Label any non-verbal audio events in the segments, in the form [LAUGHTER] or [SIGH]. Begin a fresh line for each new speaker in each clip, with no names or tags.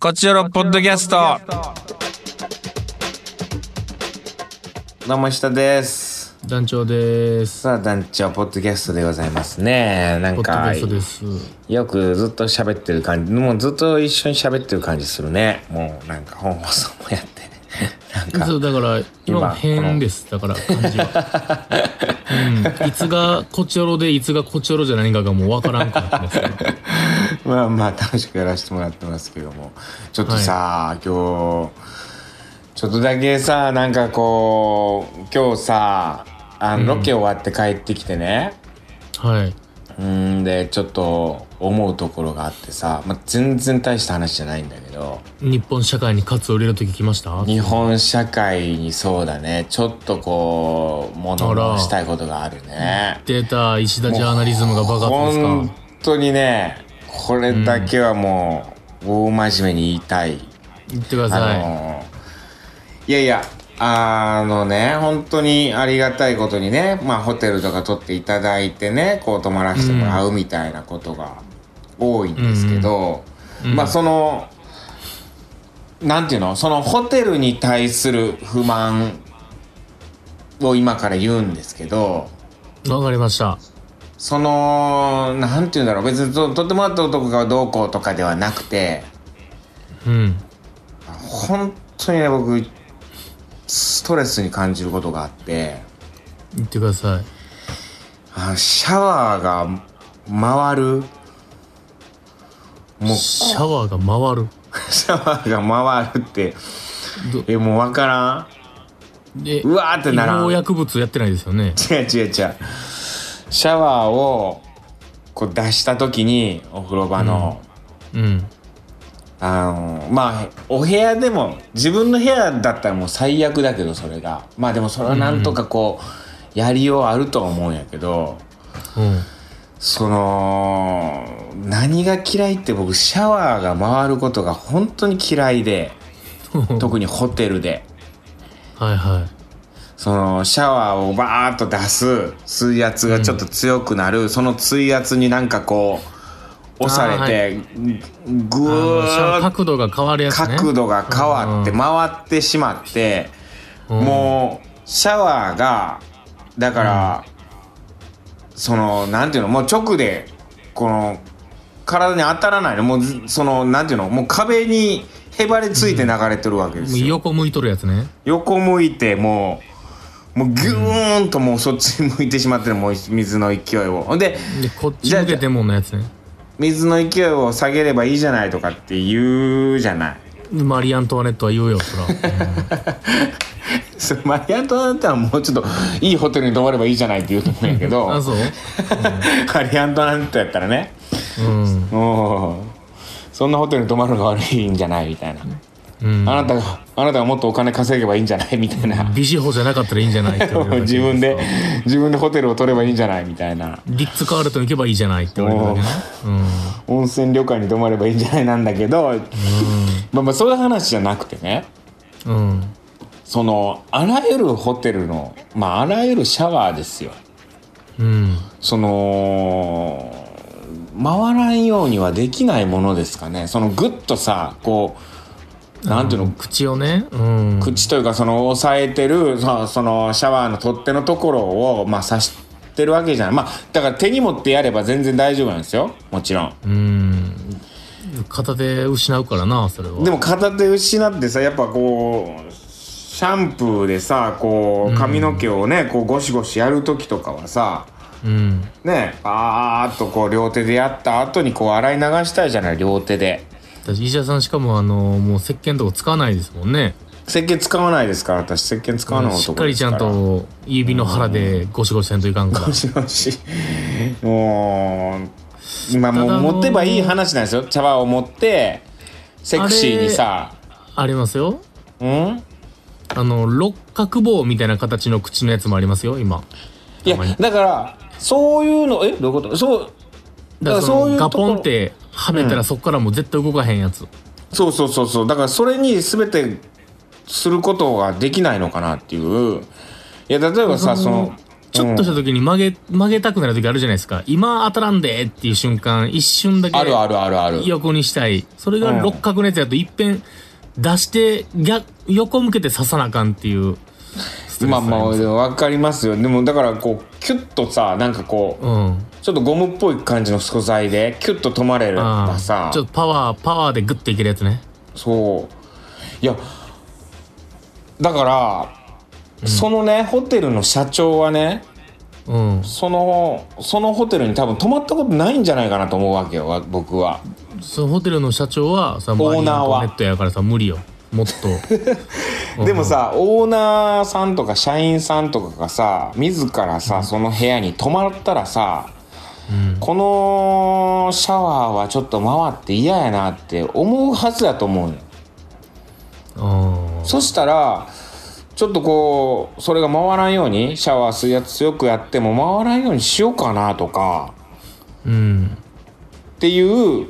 こちらのポッドキャスト。
どうも下です。
団長です。
さあ団長ポッドキャストでございますね。なん
ポッド
か
キャストです。
よくずっと喋ってる感じ、もうずっと一緒に喋ってる感じするね。もうなんか本放送もやって、なんか
そうだから今も
今
変です。だから感じは。うん。いつがこちょろでいつがこちょろじゃないかがもうわからんくなってますけど。
[LAUGHS] まあまあ楽しくやらせてもらってますけどもちょっとさ、今日ちょっとだけさなんかこう今日さあのロケ終わって帰ってきてね、
はい。
うん、でちょっと思うところがあってさ、まあ、全然大した話じゃないんだけど
日本社会に活を入れる時来ましたはい
日本社会にそうだねちょっとこう物申したいことがあるね。
データ石田ジャーナリズムがバカです
本
か
当にねこれだけはもう大真面目に言いたい。
言ってください。
あのーいやいやあのね本当にありがたいことにね、まあ、ホテルとか取っていただいてねこう泊まらせてもらうみたいなことが多いんですけど、
ん
まあそのなんていうのそのホテルに対する不満を今から言うんですけど
わかりました。
そのなんていうんだろう別にと取ってもらった男がどうこうとかではなくて
うん。
本当にね僕ストレスに感じることがあって
言ってください。
あのシャワーが回るもうシ
シャワーが回る。
ャワーが回るって
ど
えもう分から
で、
んうわーって
違
ならん
法
違う違う違う
薬物やってないですよね。
シャワーをこう出した時にお風呂場の、
うん。
あのまあお部屋でも自分の部屋だったらもう最悪だけどそれがまあでもそれはなんとかこう、やりようあるとは思うんやけど
うん。
その何が嫌いって僕シャワーが回ることが本当に嫌いで特にホテルで
[LAUGHS] はいは
そのシャワーをバーッと出す水圧がちょっと強くなる、その水圧になんかこう押されて、ぐ
い。あの
ーっと
角度が変わるやつね。
角度が変わって
う
回ってしまって、
うん
もうシャワーがだから、そのなんていうのもう直でこの体に当たらないのもうずそのなんていうのもう壁にへばりついて流れてるわけで
も
す
う
よ、
横向いとるやつね。
横向いてもうもうギューンともうそっちに向いてしまってるもう水の勢いをほんで
で、こっち向けてもんのやつね。
水の勢いを下げればいいじゃないとかって言うじゃない
マリーアントワネットは言うよ、そら。
[LAUGHS] それマリアントワネットはもうちょっといいホテルに泊まればいいじゃないって言うと思うんやけど
[LAUGHS] あ、そう
マリアントワネットやったらね
うん。
もうそんなホテルに泊まるのが悪いんじゃないみたいな、
うん。
あなたがあなたがもっとお金稼げばいいんじゃないみた
[LAUGHS]
いな、
美人法じゃなかったらいいんじゃないって言われるだけ
自分で自分でホテルを取ればいいんじゃないみたいな
リッツ・カールトン行けばいいじゃないって言われるだけね。
温泉旅館に泊まればいいんじゃないなんだけど、まあまあそういう話じゃなくてね
うん。うん。
そのあらゆるホテルのまああらゆるシャワーですよ
うん。
その回らんようにはできないものですかねそのグッとさこうなんていうの、
口をね。うん。
口というかその押さえてるそそのシャワーの取っ手のところをまあ刺してるわけじゃないまあだから手に持ってやれば全然大丈夫なんですよもちろん
うん。片手失うからな、それは。
でも片手失ってさやっぱこうシャンプーでさこう髪の毛をね、こうゴシゴシやる時とかはさ
うん。
ねあーっとこう両手でやった後にこう洗い流したいじゃない両手で
私、医者さんしかも、あの、もう石鹸とか使わないですもんね。
石鹸使わないですから私石鹸使わない
しっ
男
か
で
り
す
ち
か
ゃん
ら
と指の腹でゴシゴシせんといかんから
も。しもしもう今も
ただ
う
の
持ってばいい話なんですよ茶葉を持ってセクシーにさ
ありますよ。
うん
あの、六角棒みたいな形の口のやつもありますよ、今。
いや
たまに
だからそういうのえどういうことそうだ
だ
か
からら
そ
そう
いう
の
と
ガ
ころ
ポンってはめたらそこからもう絶対動かへんやつ、
そうそうそうそうだからそれに全てすることができないのかなっていういや例えばさその
ちょっとした時に曲げ、曲げたくなる時あるじゃないですか。今当たらんでっていう瞬間、一瞬だけ
あるあるあるある。
横にしたい。それが
うん
六角のやつやと一遍出して逆、横向けて刺さなあかんっていうストレス
ま
あ
あ
ります。
まあ分かりますよでもだからこうキュッとさなんかこう
うん。
ちょっとゴムっぽい感じの素材でキュッと止まれる
あ
ば
あ
さ
ちょっとパワー、パワーでグッていけるやつね。
そういやだから、そのねホテルの社長はね
うん。
そのそのホテルに多分泊まったことないんじゃないかなと思うわけよわ僕は
そのホテルの社長はさ、
ーナーは
ネットやからさ、無理よ。もっ
[LAUGHS]
と。
でもさオーナーさんとか社員さんとかがさ自らさその部屋に泊まったらさ、
うん
このシャワーはちょっと回って嫌やなって思うはずやと思うよ
うん。
そしたらちょっとこうそれが回らんようにシャワー水圧強くやっても回らんようにしようかなとか
うん。
っていう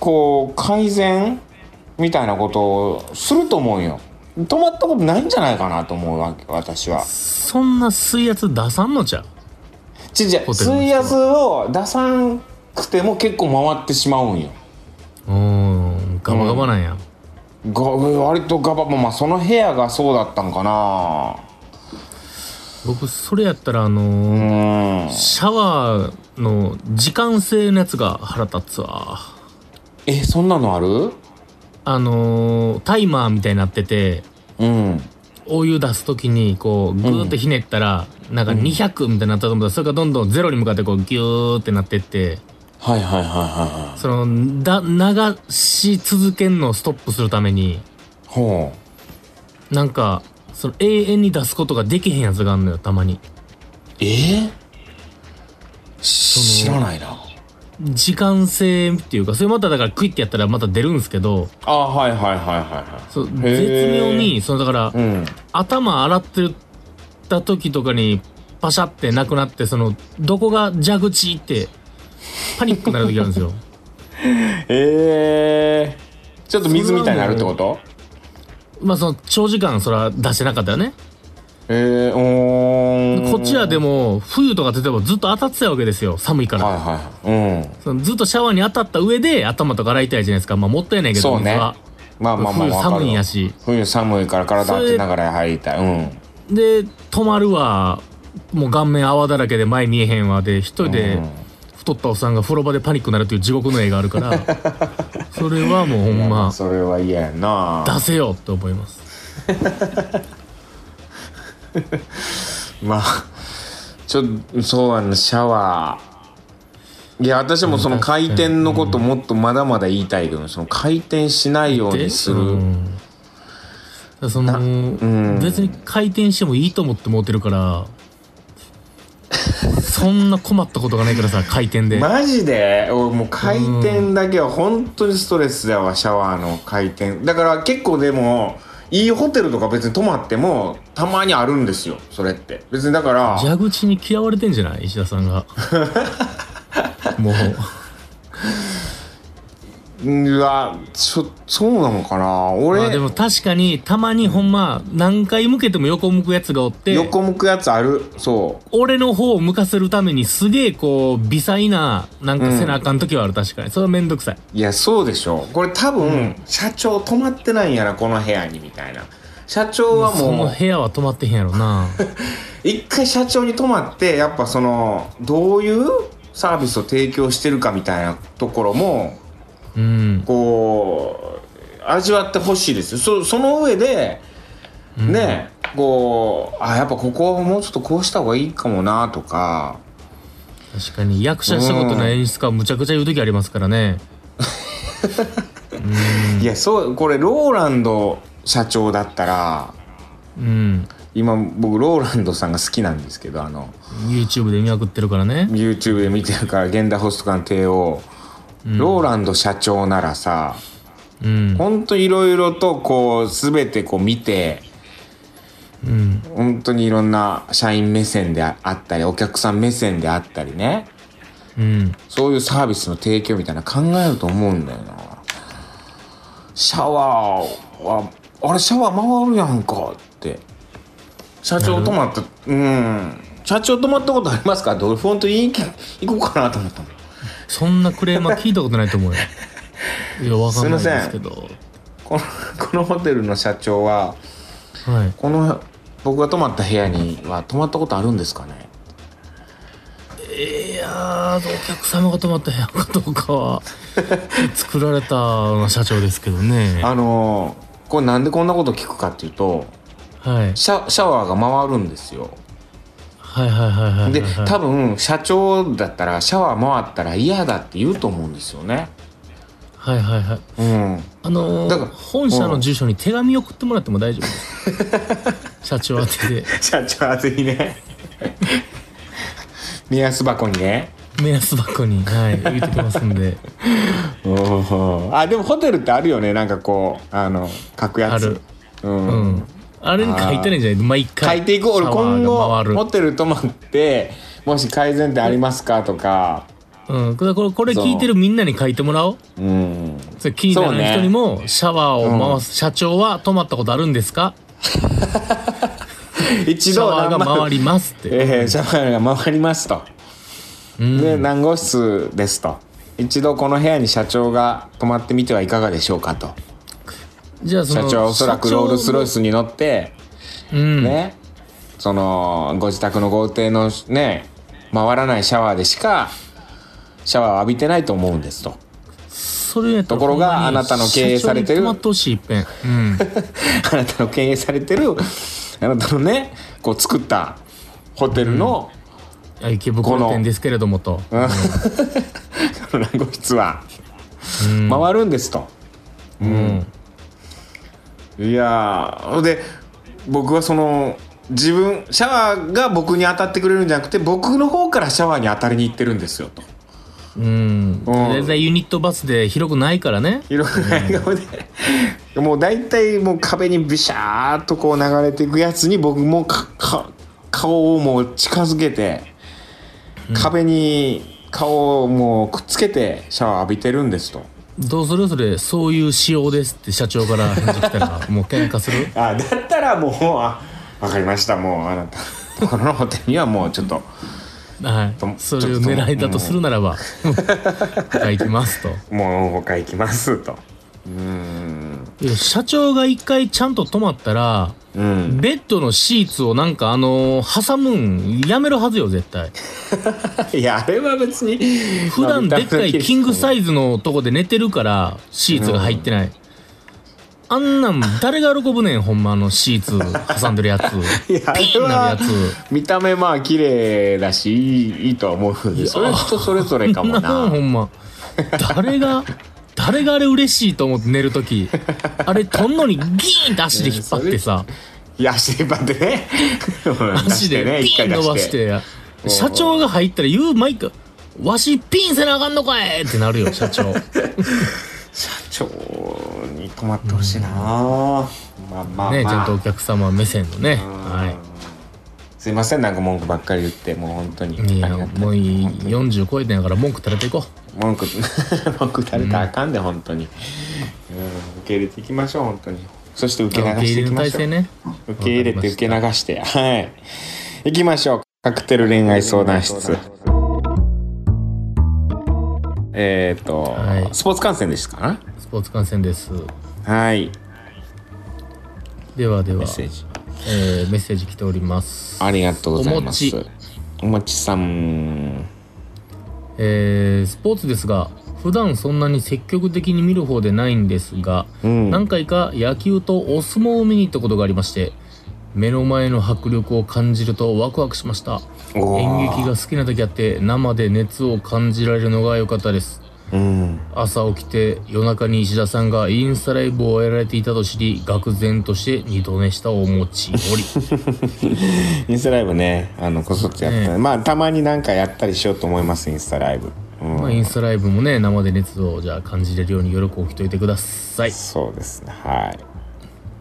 こう改善みたいなことをすると思うよ止まったことないんじゃないかなと思うわけ私は
そんな水圧出さんのちゃう
ちじゃ
ホテルの人は
水圧を出さんくても結構回ってしまうんよ
うん。ガバガバなんや。
が割とガバまあまあその部屋がそうだったんかな
僕、それやったら、あのー
うん
シャワーの時間制のやつが腹立つわ。
えそんなのある
あのータイマーみたいになってて、
うん
お湯出すときに、こう、ぐーってひねったら、なんか200みたいになったと思ったら、それがどんどんゼロに向かって、こう、ぎゅーってなってって、
はいはいはいはいはい
その、だ、流し続けんのをストップするために、
ほ
なんか、その、永遠に出すことができへんやつがあんのよ、たまに。
うえー知らないな
時間制っていうか、それまただから、クイッてやったらまた出るんですけど、
あはいはいはいはい
そう、
へ
絶
ー
妙に、その、だから、
はいうん
頭洗ってた時とかにパシャってなくなってそのどこが蛇口ってパニックになる時あるんですよ [LAUGHS]
ええちょっと水みたいになるってこと
まあその長時間それは出してなかったよね
ええー、おー
こっちはでも冬とか例えばずっと当たってたわけですよ寒いから、
はいはいはいうん
そのずっとシャワーに当たった上で頭とか洗いたいじゃないですかまあもったいないけど
そうね
水は
まあまあまあわ
冬
かる
寒いんやし
冬寒いから体当てながら入りたいうん
で止まるわもう顔面泡だらけで前見えへんわで一人で
うん
太ったおっさんが風呂場でパニックになるという地獄の絵があるから
[LAUGHS]
それはもうほ
ま
んま
あそれは嫌やな
出せよって思います
まあちょっとそうあのシャワーいや私もその回転のこともっとまだまだ言いたいけどその回転しないようにする、
うんだからその、
ん
別に回転してもいいと思って持ってるからそんな困ったことがないからさ回転で、
マジで俺もう回転だけは本当にストレスだわシャワーの回転だから結構でもいいホテルとか別に泊まってもたまにあるんですよそれって別にだから
蛇口に嫌われてんじゃない石田さんがもう
うわちょそうなのかな俺、
まあでも確かにたまにほんま何回向けても横向くやつがおって
横向くやつあるそう
俺の方を向かせるためにすげえこう微細ななんかせなあかん時はある確かにそれはめんどくさい
いやそうでしょこれ多分、社長泊まってないんやなこの部屋にみたいな社長は
そ
も
の
う
部屋は止まってへんやろな
一回社長に泊まってやっぱそのどういうサービスを提供してるかみたいなところも
うん
こう味わってほしいですよそその上でね、こうあやっぱここはもうちょっとこうした方がいいかもなとか
確かに役者したことない演出家はむちゃくちゃ言う時ありますからね
いやそうこれローランド社長だったら
うん
今僕ローランドさんが好きなんですけどあの
YouTube で見まくってるからね
YouTube で見てるから現代ホスト官帝王、ローランド社長ならさ
うん
ほんといろいろとこう全てこう見て
うん
本当にいろんな社員目線であったりお客さん目線であったりね
うん
そういうサービスの提供みたいなの考えると思うんだよなシャワーはあれシャワー回るやんかって社長ともあったうんち社長泊まったことありますかって俺本当に行こうかなと思ったの
そんなクレームは聞いたことないと思うよいやわかんないですけど
このこのホテルの社長は
はい
この僕が泊まった部屋には泊まったことあるんですかね
いやーお客様が泊まった部屋かどう
[LAUGHS]
かは作られた社長ですけどね
あのーこれなんでこんなこと聞くかっていうと
はい
シャシャワーが回るんですよ
はいはいはいはいはい
で
はい
多分社長だったらシャワー回ったら嫌だって言うと思うんですよね
はいはいはい
うん
あのー
だから
本社の住所に手紙送ってもらっても大丈夫です
[LAUGHS]
社長宛てで
[LAUGHS] 社長熱いね [LAUGHS] 目安箱にね
目安箱にはい言ってきますんで
あでもホテルってあるよねなんかこうあの書くやつ
ある
うん
うんあれに書いてないんじゃない毎
書
回
いていく俺
シャワ
今
ーが
後
回
ホテル泊まってもし改善点ありますかとか
るうんこれこれこれ聞いてるみんなに書いてもらお
う
う
ん
それ気にな
そう
る
ね
人にもシャワーを回す、社長は泊まったことあるんですかシ
一
ャ
度
ワーが回りますって、
えーシャワーが回りますと、で何号室ですと一度この部屋に社長が泊まってみてはいかがでしょうかと
じゃあそ
社
の
長はおそらくロールスロイ
ス
スに乗って
うん、
ね、そのご自宅の豪邸のね回らないシャワーでしかシャワーを浴びてないと思うん
[LAUGHS]
ですと
それやったら
ところが
ほんまに
あなたの経営されてる
社長に泊まってほしい一遍うん
あなたの経営されてるあなたのねこう作ったホテルの、
あ池袋店ですけれどもと、
うん、 [LAUGHS] そのご室は
うん
回るんですと、
うん
いやーで僕はその自分シャワーが僕に当たってくれるんじゃなくて僕の方からシャワーに当たりに行ってるんですよと
うん大体ユニットバスで広くないからね
いろんな笑顔で、もう大体もう壁にビシャーっとこう流れていくやつに僕もかか顔をもう近づけて壁に顔をもうくっつけてシャワー浴びてるんですと。
どうするそれそういう仕様ですって社長から返事来
[LAUGHS]
たらもう喧嘩する
あだったらもうあわかりましたもうあなたこのホテルにはもうちょっと
はいそういう狙いだとするならばはい行きますと
[LAUGHS] もう他行きますと。うーん
いや社長が一回ちゃんと泊まったら
うん、
ベッドのシーツをなんかあのー挟むんやめるはずよ絶対
いやあれは別に
普段でっかいキングサ
イ
イズのとこで寝てるからシーツが入ってないあんなん誰が喜ぶねんほんまあのシーツ挟んでるやつ
[LAUGHS] いやあれは
ピーンなるやつ
見た目まあ綺麗だしいいいいとは思うんでそれは人それぞれかも
な [LAUGHS] あほ
なん
ま誰が誰があれ嬉しいと思って寝るときあれとんのにギーンって足で引っ張ってさ
いや足で引っ張ってね
足で
出
ピ
して
ーン伸ばして
うん
社長が入ったら言う毎回「わしピンせなあかんのかい!」ってなるよ
[LAUGHS]
社長
社長に泊まってほしいな、まあまあまあ、
ねちゃんとお客様目線のねは
すいませんなんか文句ばっかり言ってもう本当に
いいや
ありがたい
もういい40超えてんやから文句垂れていこ
文句 [LAUGHS] 文句垂れたらあかんで本当に、うん、受け入れていきましょう本当にそして
う
受け流
受け
し
入
ていき
れの
ま
体
しょう
制ね
受け入れて受け流してはい行きましょうカクテル恋愛相談室えっ、と、
はい
スポーツ観戦ですか
スポーツ観戦です
はい
ではでは
メッセージ
えーメッセージ来ております
ありがとうございます
おもち
おもちさん
えースポーツですが普段そんなに積極的に見る方でないんですが、
うん
何回か野球とお相撲を見に行ったことがありまして目の前の迫力を感じるとワクワクしました
おー
演劇が好きな時あって生で熱を感じられるのが良かったです
うん
朝起きて夜中に石田さんがインスタライブをやられていたと知り愕然として二度寝したお餅おり
インスタライブねあのこそっとやった、
ね
まあたまになんかやったりしようと思いますインスタライブ、うん
まあインスタライブもね生で熱をじゃあ感じれるように夜く起きといてください
そうですねはい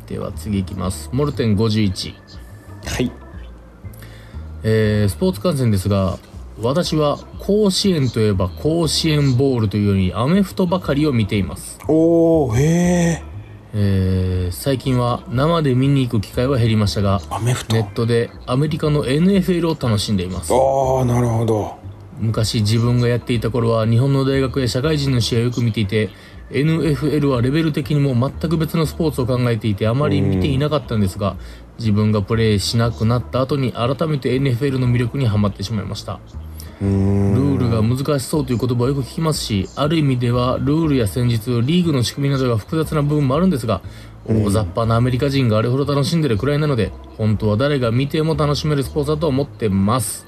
では次いきますモルテン51
はい
えースポーツ観戦ですが私は甲子園といえば甲子園ボールというよりアメフトばかりを見ています
おおへえ
えー最近は生で見に行く機会は減りましたが
アメフト
ネットでアメリカの NFL を楽しんでいます
ああなるほど
昔自分がやっていた頃は日本の大学や社会人の試合をよく見ていて NFL はレベル的にも全く別のスポーツを考えていてあまり見ていなかったんですが自分がプレーしなくなった後に改めて NFL の魅力にはまってしまいました
うー
ル
ん
ールが難しそうという言葉をよく聞きますしある意味ではルールや戦術リーグの仕組みなどが複雑な部分もあるんですが大雑把なアメリカ人があれほど楽しんでるくらいなので本当は誰が見ても楽しめるスポーツだと思ってます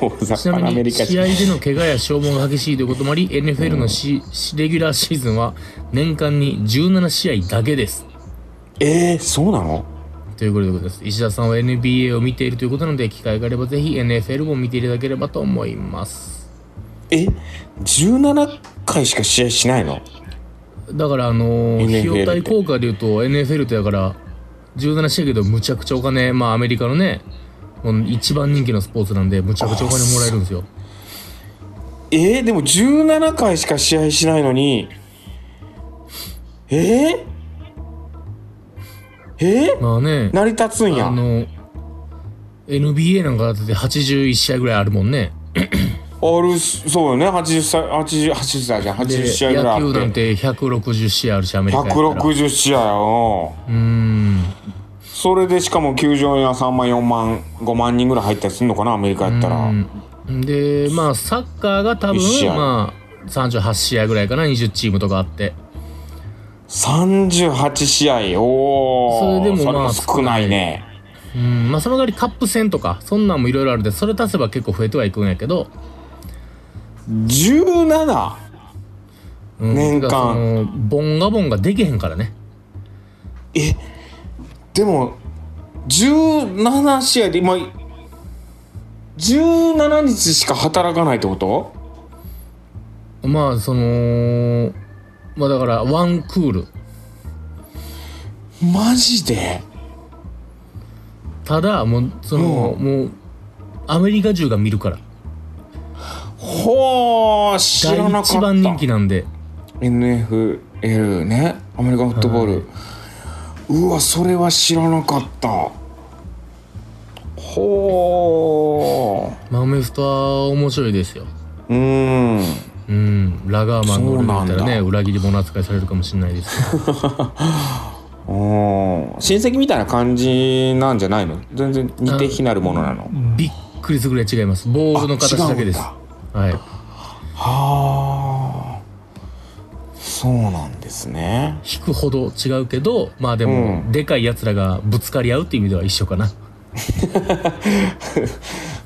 大雑
ちな
把なア
み
メ
に
リカ
試合
人
での怪我や消耗が激しいということもあり NFL のししレギュラーシーズンは年間に17試合だけです
えー、そうなの
ということでございます石田さんは NBA を見ているということなので機会があればぜひ NFL も見ていただければと思います
え17回しか試合しないの
だからあの
NFL
ー費用対効果でいうと NFL ってだから17試合やけどむちゃくちゃお金まあアメリカのねもう一番人気のスポーツなんでむちゃくちゃお金もらえるんですよ
えー、でも17回しか試合しないのにえー、えー、
まあね
成り立つんや
あの NBA なんかだって81試合ぐらいあるもんね
あるそうよね80歳80 80歳じゃん80
で
試合ぐらいあ
野球
っ
なん
て
て160試合あるしアメリカやったら
160試合やろ
うーん
それでしかも球場には3万4万5万人ぐらい入ったりするのかなアメリカやったら
うんでまあサッカーが多分
一試合
まあ38試合ぐらいかな20チームとかあって
38試合おお
それでもまあ
少ないね
うんまあその代わりカップ戦とかそんなんもいろいろあるんでそれ足せば結構増えてはいくんやけど、
17
うん、
年間
だからそのボンガボンができへんからね
えでも17試合で今17日しか働かないってこと
まあそのまあだからワンクール
マジで
ただもうその、もうアメリカ中が見るから
ほー知
第
らなかった
一番人気なんで
NFL ねアメリカンフットボール、うわそれは知らなかったほ
まあアメフトは面白いですよ
ううん
うん、ラガーマンの俺だった
そう
ら
な
ね
んだ
裏切り者扱いされるかもしれないです
[LAUGHS]
けど
うん親戚みたいな感じなんじゃないの全然似て非なるものなの
びっくりするぐらい違いますボールの形だけです
あ違うんだ
はい
はあそうなんですね
引くほど違うけどまあでも、
うん
でかいやつらがぶつかり合うっていう意味では一緒かな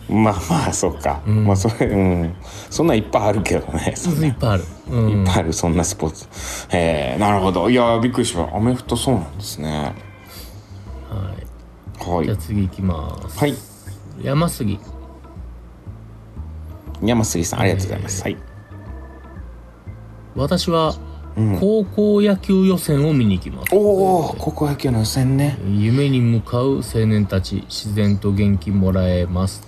まあまあそっか、
うん
まあそれうんそんなんいっぱいあるけどねそん
いっぱいある、うん、
いっぱいあるそんなスポーツえー、なるほどいやーびっくりしましたアメフトそうなんですね
はい、
は
じゃあ
い
次行きます、
はい
山杉
山杉さんありがとうございます、はい
私は高校野球予選を見に行きます、
おお高校野球の予選ね
夢に向かう青年たち自然と元気もらえます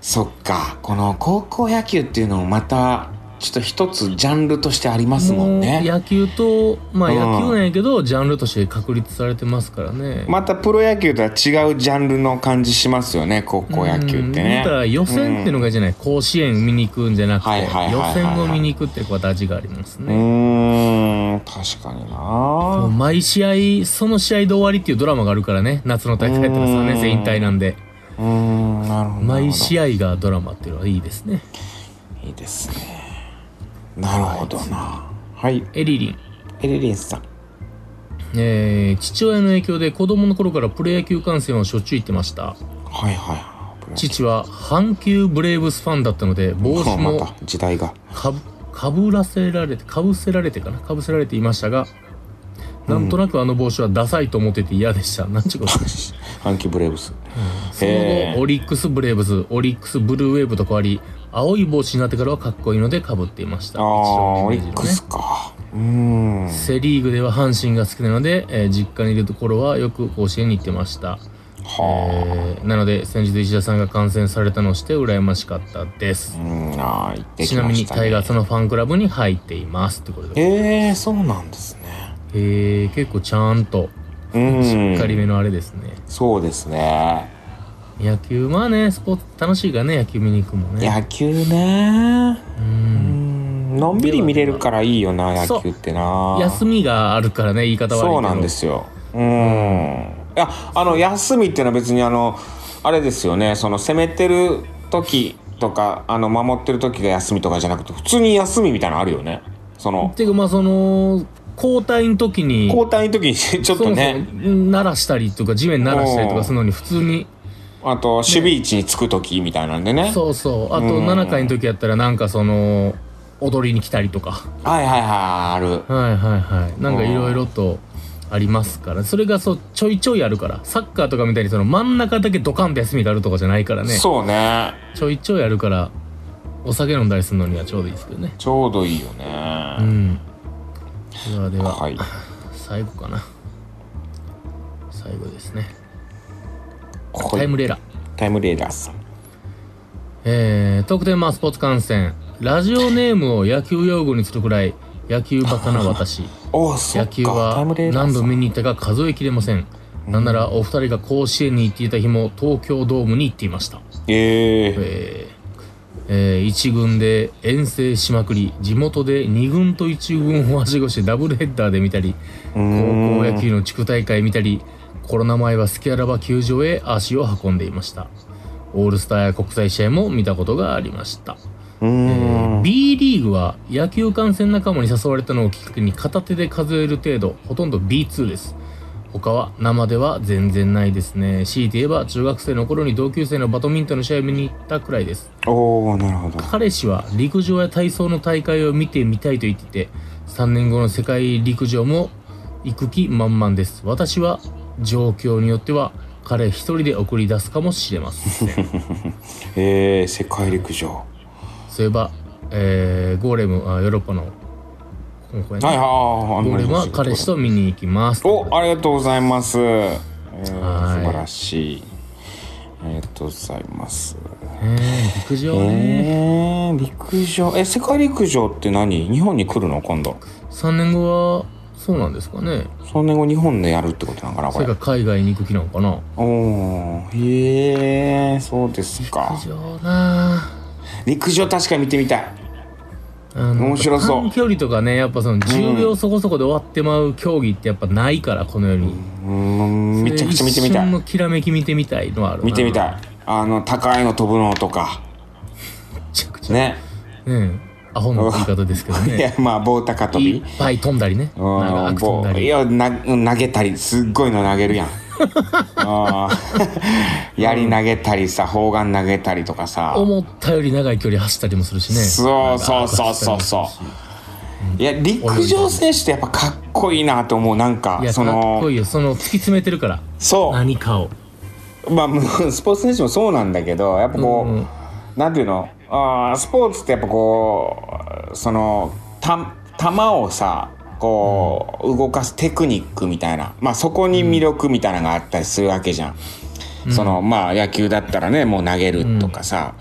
そっかこの高校野球っていうのもまたちょっと一つジャンルとしてありますもん
もう
ね
野球とまあ
うん
野球なんやけど、ジャンルとして確立されてますからね
またプロ野球とは違うジャンルの感じしますよね高校野球って
うん
ね
だから予選っていうのがいいじゃない、甲子園見に行くんじゃなくて、
はいはいはいはいはい
予選を見に行くってこう大事があります
う
ね、
ーん確かに
もう
な
毎試合その試合で終わりっていうドラマがあるからね夏の大会やってますから
う
ね
ん
全員体なんで
うーんなるほどなるほど
毎試合がドラマっていうのはいいですね
いいですねなるほどなはい
エリリン
エレリンさん
えー父親の影響で子供の頃からプロ野球観戦をしょっちゅう行ってました
はいはいはいプロ野球
父は阪急ブレーブスファンだったので帽子
ま
も
た時代が
かぶかぶらせられてかぶせられてかなかぶせられていましたがなんとなくあの帽子はダサいと思ってて嫌でした、なんちゅうこと
阪急ブレーブス
その
へー
後オリックスブレーブズオリックスブルーウェーブと変わり青い帽子になってからはかっこいいのでかぶっていました
ああオ
一
リ
応のイメージ
ッ
の
クスかうーん
セ・リーグでは阪神が好きなので、えー実家にいるところはよく甲子園に行ってました、
は
えーなので先日石田さんが観戦されたのをして羨ましかったです
あ、うん、ああ、行って
ち
き
な
ま
み
し
に
た、
タイ
ね。
ガースのファンクラブに入っていますってことで
ええー、そうなんですね。
えー、結構ちゃんと
うん
しっかりめのあれですね、
そうですね
野球まあねスポーツ楽しいからね野球見に行くもんね
野球ね
う
う
ん
んのんびり見れるからいいよな
そう
野球ってな
休みがあるからね言い方悪いけど
そうなんですようんいやあの休みっていうのは別にあのあれですよねその攻めてる時とかあの守ってる時が休みとかじゃなくて普通に休みみたいなのあるよねその
っていうかまあその交代の時に
交代の時にちょっとね
そもそも鳴らしたりとか地面鳴らしたりとかするのに普通に
あと守備位置につく時みたいなんでね
そうそうあと
うん
7回の時やったらなんかその踊りに来たりとか
はいはいはいある
はいはいはいなんかいろいろとありますからそれがそうちょいちょいあるからサッカーとかみたいにその真ん中だけドカンと休みがあるとかじゃないからね
そうね
ちょいちょいあるからお酒飲んだりするのにはちょうどいいですけどね
ちょうどいいよ
う
ね
んではでは
はい
最後かな最後ですね
こ
タイムレーラー
タイムレーダーさん
えー、特典マスポーツ観戦ラジオネームを野球用語にするくらい野球バカな私
おそっ
野球
かタイ
は
ムレーダー
何
さ
度
ん
見に行ったか数えきれませんなんならお二人が甲子園に行っていた日も東京ドームに行っていました、
ええ
えーえー、1軍で遠征しまくり地元で2軍と1軍をはしごしてダブルヘッダーで見たり
う
高
ん
校野球の地区大会見たりコロナ前は隙あらば球場へ足を運んでいましたオールスターや国際試合も見たことがありました、
う
え
ん
ー B リーグは野球観戦仲間に誘われたのをきっかけに片手で数える程度ほとんど B2 です他は生では全然ないですね強いて言えば中学生の頃に同級生のバドミントンの試合を見に行ったくらいです
おおなるほど
彼氏は陸上や体操の大会を見てみたいと言ってて3年後の世界陸上も行く気満々です私は状況によっては彼一人で送り出すかもしれま [LAUGHS] せん
ええ世界陸上
そういえば、えーゴーレムあヨーロッパのこの子やね
はいあああ
ゴーレムは彼氏と見に行きます
おありがとうございます、えー、
はい
素晴らしいありがとうございます
ねえ陸
え
上ね、
え陸上え世界陸上って何日本に来るの今度
3年後はそうなんですかね
3年後日本でやるってことなのかなこ
それ
れ
か海外に行く気なのかな
おおへえそうですか
陸上なあ
陸上確かに見てみたい
あの
面白そう
短距離とかねやっぱその10秒そこそこで終わってまう競技ってやっぱないからこの世に、
うーんめちゃくちゃ見てみ
一
た
瞬
い
のきらめき見てみたいのはあるな
見てみ
め
たいあの高いの飛ぶのとか
ちゃくちゃ
ね
うんアホの言い方ですけど
[LAUGHS] いや
ね
まあ棒高跳
い
び
っぱい飛んだりね
うん
長く飛んだ
棒い
り
やな投げたりすっごいの投げ [LAUGHS] るやんうん槍投げたりさ砲丸投げたりとかさ
思ったより長い距離走ったりもするしね
そうそうそうそうそういや陸上選手ってやっぱかっこいいなと思うなんか
いや
そ
かっこ
の
いいよその突き詰めてるから
そ
何かを
うまあもう [LAUGHS] スポーツ選手もそうなんだけどやっぱこ
うんうん
うなんていうのあースポーツってやっぱこうそのた球をさこう動かすテクニックみたいなまあそこに魅力みたいなのがあったりするわけじゃんそのまあ野球だったらねもう投げるとかさ、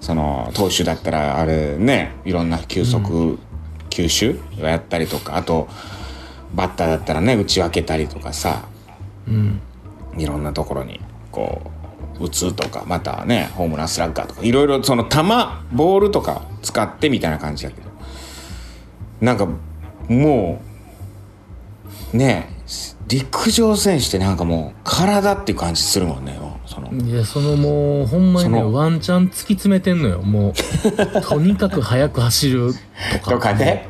その投手だったらあれねいろんな球速、球種をやったりとかあとバッターだったらね打ち分けたりとかさ、いろんなところにこう打つとかまたねホームランスラッガーとかいろいろその球ボールとか使ってみたいな感じだけどなんかもうねえ陸上選手ってなんかもう体っていう感じするもんねもうその
いやそのもうほんまにね
その
ワンチャン突き詰めてんのよもうとにかく速く走るとか
とかね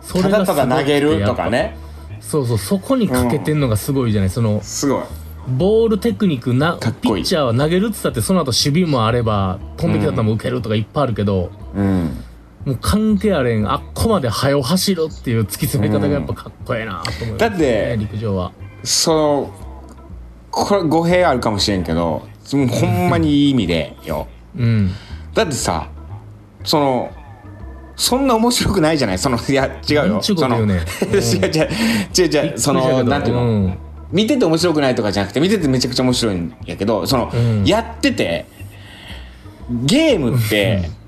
それ
ただ
が
た
すごくて
だ投げるとか
やっ
ね
ぱそうそうそこにかけてんのがすごいじゃない、その
すごい
ボールテクニックな
かっ
ピ
こいい
ッチャーは投げるっつったってその後守備もあれば飛んできた球も受けるとかいっぱいあるけど、
うん
もう関係あれんあっこまで早う走るっていう突き詰め方がやっぱかっこええなと思います、ね
だって
陸上は
そのこれ語弊あるかもしれんけどもうほんまにいい意味でよ
うん
だってさそのそんな面白くないじゃないそのいや違う
な
よ
んちゅうこと言うねん
その [LAUGHS] 違う違う違う違うそのなんていうの、
ん
見てて面白くないとかじゃなくて見ててめちゃくちゃ面白いんやけどその、
うん
やっててゲームって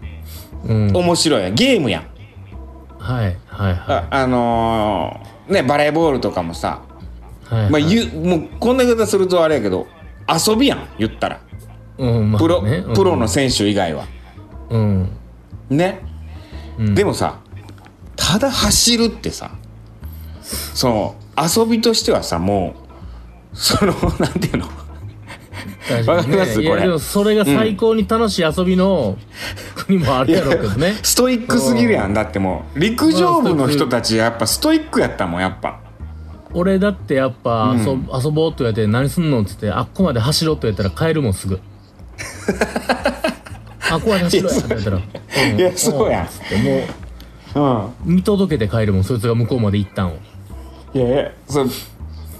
うん、
面白いやんゲームやん
はいはいはい
ああのねバレーボールとかもさ、
は
ま
い、
あ、
はい
ゆもうこんな言い方するとあれやけど遊びやん言ったら
うんまあ
プロ,、
ね
プロの選手以外は
うん、
ね、
うん
でもさただ走るってさその遊びとしてはさもうその [LAUGHS] なんていうの
確
わ
か
か
に
り
ね
ます
いや
これ
でもそれが最高に楽しい遊びの国もあるやろうけどね
[LAUGHS] ストイックすぎるやんだってもう陸上部の人たちやっぱストイックやったもんやっぱ
俺だってやっぱ、そ遊ぼうって言われて何すんのっつってあっこまで走ろうって言ったら帰るも
[LAUGHS]
んすぐあっこまで走ろうやって言ったら
いやそうやん
っつっても
うん
う見届けて帰るもんそいつが向こうまで行ったんを
いやいやそう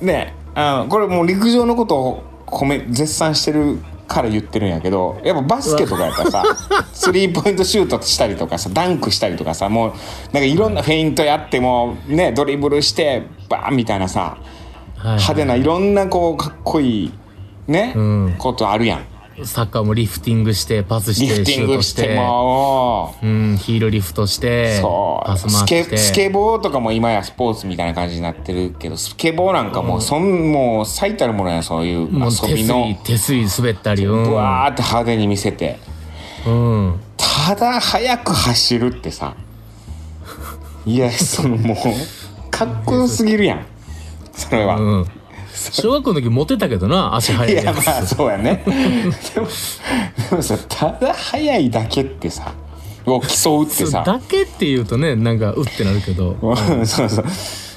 ねあのこれもう陸上のことを褒め絶賛してるから言ってるんやけどやっぱバスケとかやったらさ [LAUGHS] スリーポイントシュートしたりとかさダンクしたりとかさもうなんかいろんなフェイントやってもうねドリブルしてバーンみたいなさ
はい
派手ないろんなこうかっこいいね、
うん
ことあるやん
サッカーもリフティングしてパスし
リフ
て
テ
シ
ィン
ュート
グ
し
してても
うん、ヒールリフトして
そう
パス回
ス
し
ケ
て
スケボーとかも今やスポーツみたいな感じになってるけどスケボーなんかもうそん、もう最たるものやそういう
もう
遊
手
び
すり
の
手すり滑ったりう
ぶ
ん、
わーって派手に見せて
うん、
ただ速く走るってさい
[LAUGHS]
やそのもうかっこよすぎるやんそれは、
うん。小学校の時モテたけどな、足速
い
い
や
や
ま
つ。
あそうやねでもでもさただ速いだけってさを競うってさ
だけって言うとね、なんか、うってなるけど。
うん [LAUGHS] そうそう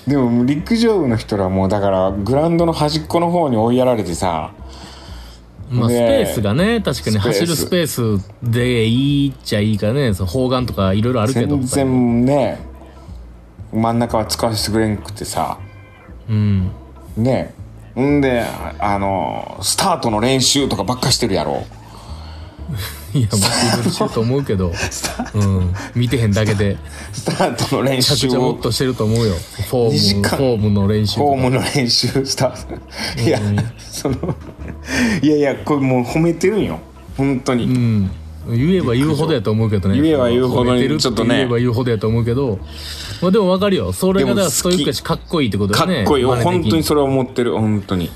でも陸上部の人らはもうだからグラウンドの端っこの方に追いやられてさ
まあ、ス
ね
ペースがね、確かに
スペース
走るスペースでいいっちゃいいかね、その砲丸とかいろいろあるけど。
全然ね真ん中は使わせてくれんくてさ
うん。
ねんでああのスタートの練習とかばっかしてるやろ
いや、まあ、いろいろしてると思うけ
[LAUGHS]
ど、うん。見てへんだけで、
スタートの練
めちゃく
習
ちゃも
を
っとしてると思うよ。フォ
二時
ーム、
間
フォームの練習
ホ
と
ー
か。
ムの練習したいやそのいやいやこれもう褒めてるんよ本当に、
うん。言えば言うほどやと思うけどね。
言えば言うほどに
褒めてるて
ちょっとね
言えば言うほどやと思うけど、まあでもわかるよ。それがだか
でも
ら
好き
ストイックやし、かっこいいってこと
か
だね。
っこいい、
真似できん
本当にそれを思ってる本当に。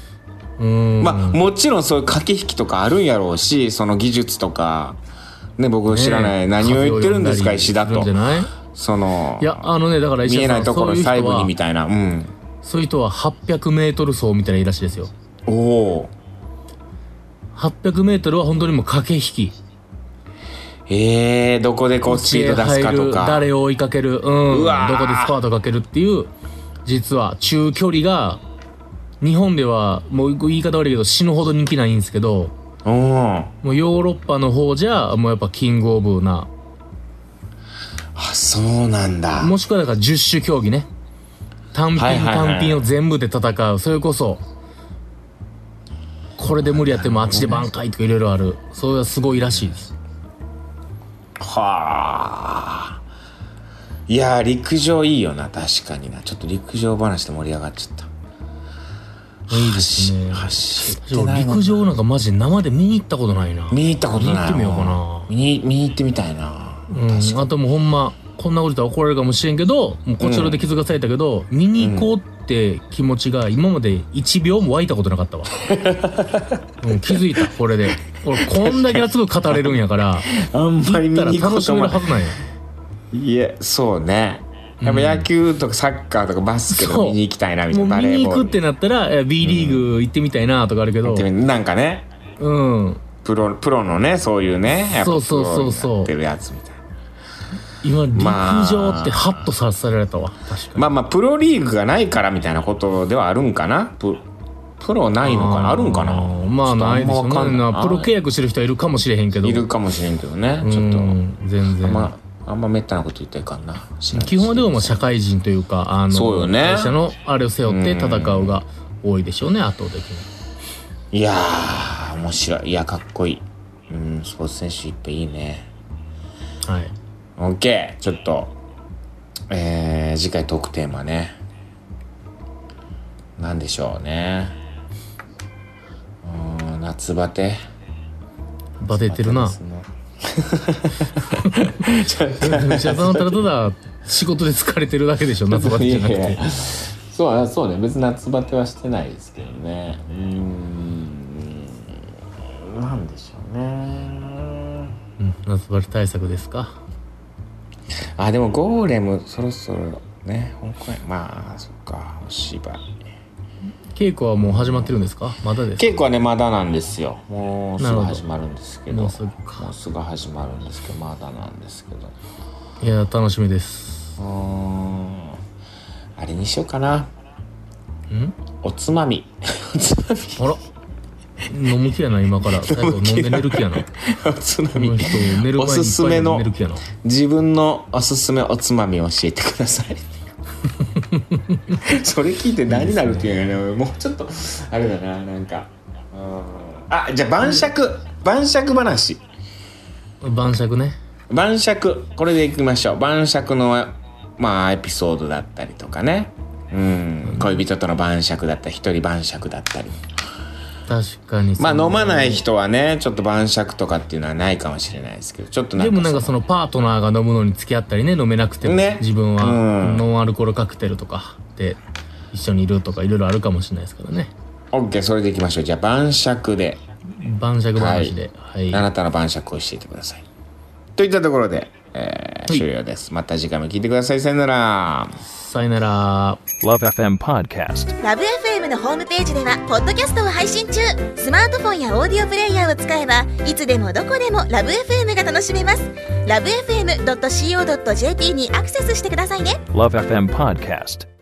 うん。
まあ、もちろんそういう駆け引きとかあるんやろうしその技術とか、ね、僕知らない、何を言ってるんですか石田と
い
その
いや、あのね、だから石
見えな
田さ
い
ん、
とこ
そう
ろ
いう人
細部に
は
み、たいなうん
そういう人は800メートル走みたいないいらしいですよ。
おお
800メートルは本当にもう駆け引き。
えー、どこでこうスピード出すか
どっちへ入
と
る
か
誰を追いかける、うん。
うわー
どこでスパートかけるっていう、実は中距離が、日本では、もう言い方悪いけど死ぬほど人気ないんですけど、
うんあ
もうヨーロッパの方じゃ、もうやっぱキングオブな、
そうなんだ
もしくはだから10種競技ね。単品
はいはいはい
単品を全部で戦う。それこそ、これで無理やってもあっちで挽回とかいろいろある。それはすごいらしいです。
はあいやー陸上いいよな確かになちょっと陸上話で盛り上がっちゃった
いいですね。
走走ってないもん
陸上なんかマジで生で見に行ったことないな。
見に行ったことない
見に行ってみようかな
見に見に行ってみたいな
うん。あともうほんま、こんなこと言ったら怒られるかもしれんけど、もうこちらで気づかされたけど、見に行こうって気持ちが今まで1秒も湧いたことなかったわ。うん、気づいた、これで。俺、こんだけ熱く語れるんやから。
あんまり見
行った
に行
ら
く
楽
こ
し
と
め
も
るはずなんや。
いやそうねやっぱ野球とかサッカーとかバスケとか
そう
見に行きたいなみた
も
いな
う
バ
見
レ
に
ー
行
ボ
く
ー
っ
ル
てなったら、え B リーグ行ってみたいなとかあるけど、
なんかね
うん。
プロプロのねそういうねやっぱ
そうそうそう
プロ
そう
になってるやつみたいな
今、陸
まあ
上ってハッとさせられたわ。確かに。
まあまあプロリーグがないからみたいなことではあるんかなププロないのかなあるんかな
ーまあ、ないですよ
ちょっとあん
ね。
まわかんない
なプロ契約してる人はいるかもしれへんけど。
いるかもしれんけどね
うん
ちょっと
全
あん
然。
まあんまめったなこと言っていかんな知らん
基本はでもまあ社会人というか、あの、
そうよね
会社のあれを背負って戦うが多いでしょうね、圧倒的に。
いやー面白いいやかっこいいうんスポーツ選手いっぱいいいね
はい。
OK ちょっとえー、次回トークテーマねなんでしょうねうーん夏バテ
バテてる
[LAUGHS]
な。
その [LAUGHS]
でも石田さんはただただ仕事で疲れてるだけでしょ、夏バテじゃなく
いやい
て
や。
そうあそうね別に夏バテはしてないですけどねうーんなんでしょうね
うん、夏バテ対策ですか
あでもゴーレムそろそろね本公演まあそっかお芝居
稽古はもう始まってるんですかまだですか
稽古はねまだなんですよもうす
なる
ぐ
ほど
始まるんですけど
もう
も
すぐか
うすぐ始まるんですけどまだなんですけど
いや楽しみです
うーんあれにしようかなんおつまみ [LAUGHS] おつまみ
あら飲む気やな今
[LAUGHS]
から最後飲んで寝る気やなこ
おつまみ
の人寝る前にいっぱい
おすすめ
飲ん
の
で寝る気やな
自分のおすすめおつまみを教えてくださいそれ聞いて何になるっていうのねもうちょっとあれだななんかうんあじゃあ晩酌晩酌話
晩酌ね
晩酌これでいきましょう晩酌のまあエピソードだったりとかねうん恋人との晩酌だったり一人晩酌だったり
確かに
まあ飲ま
い
ない人はねちょっと晩酌とかっていうのはないかもしれないですけどちょっとなん
で
か
もなんかそのパートナーが飲むのに付き合ったりね飲めなくても、
ね
自分は
うん
ノンアルコールカクテルとかで一緒にいるとかいろいろあるかもしれないですからね
OK それでいきましょうじゃあ晩酌で
晩酌話ではい、
あなたの晩酌を教えてください。といったところで、えー
はい
終了です。また次回も聞いてください。さよなら。
さよなら
Love FM Podcast.
ラブ f m のホームページではポッドキャストを配信中スマートフォンやオーディオプレイヤーを使えばいつでもどこでもラブ f m が楽しめますラブ FM.co.jp にアクセスしてくださいね
Love FM Podcast.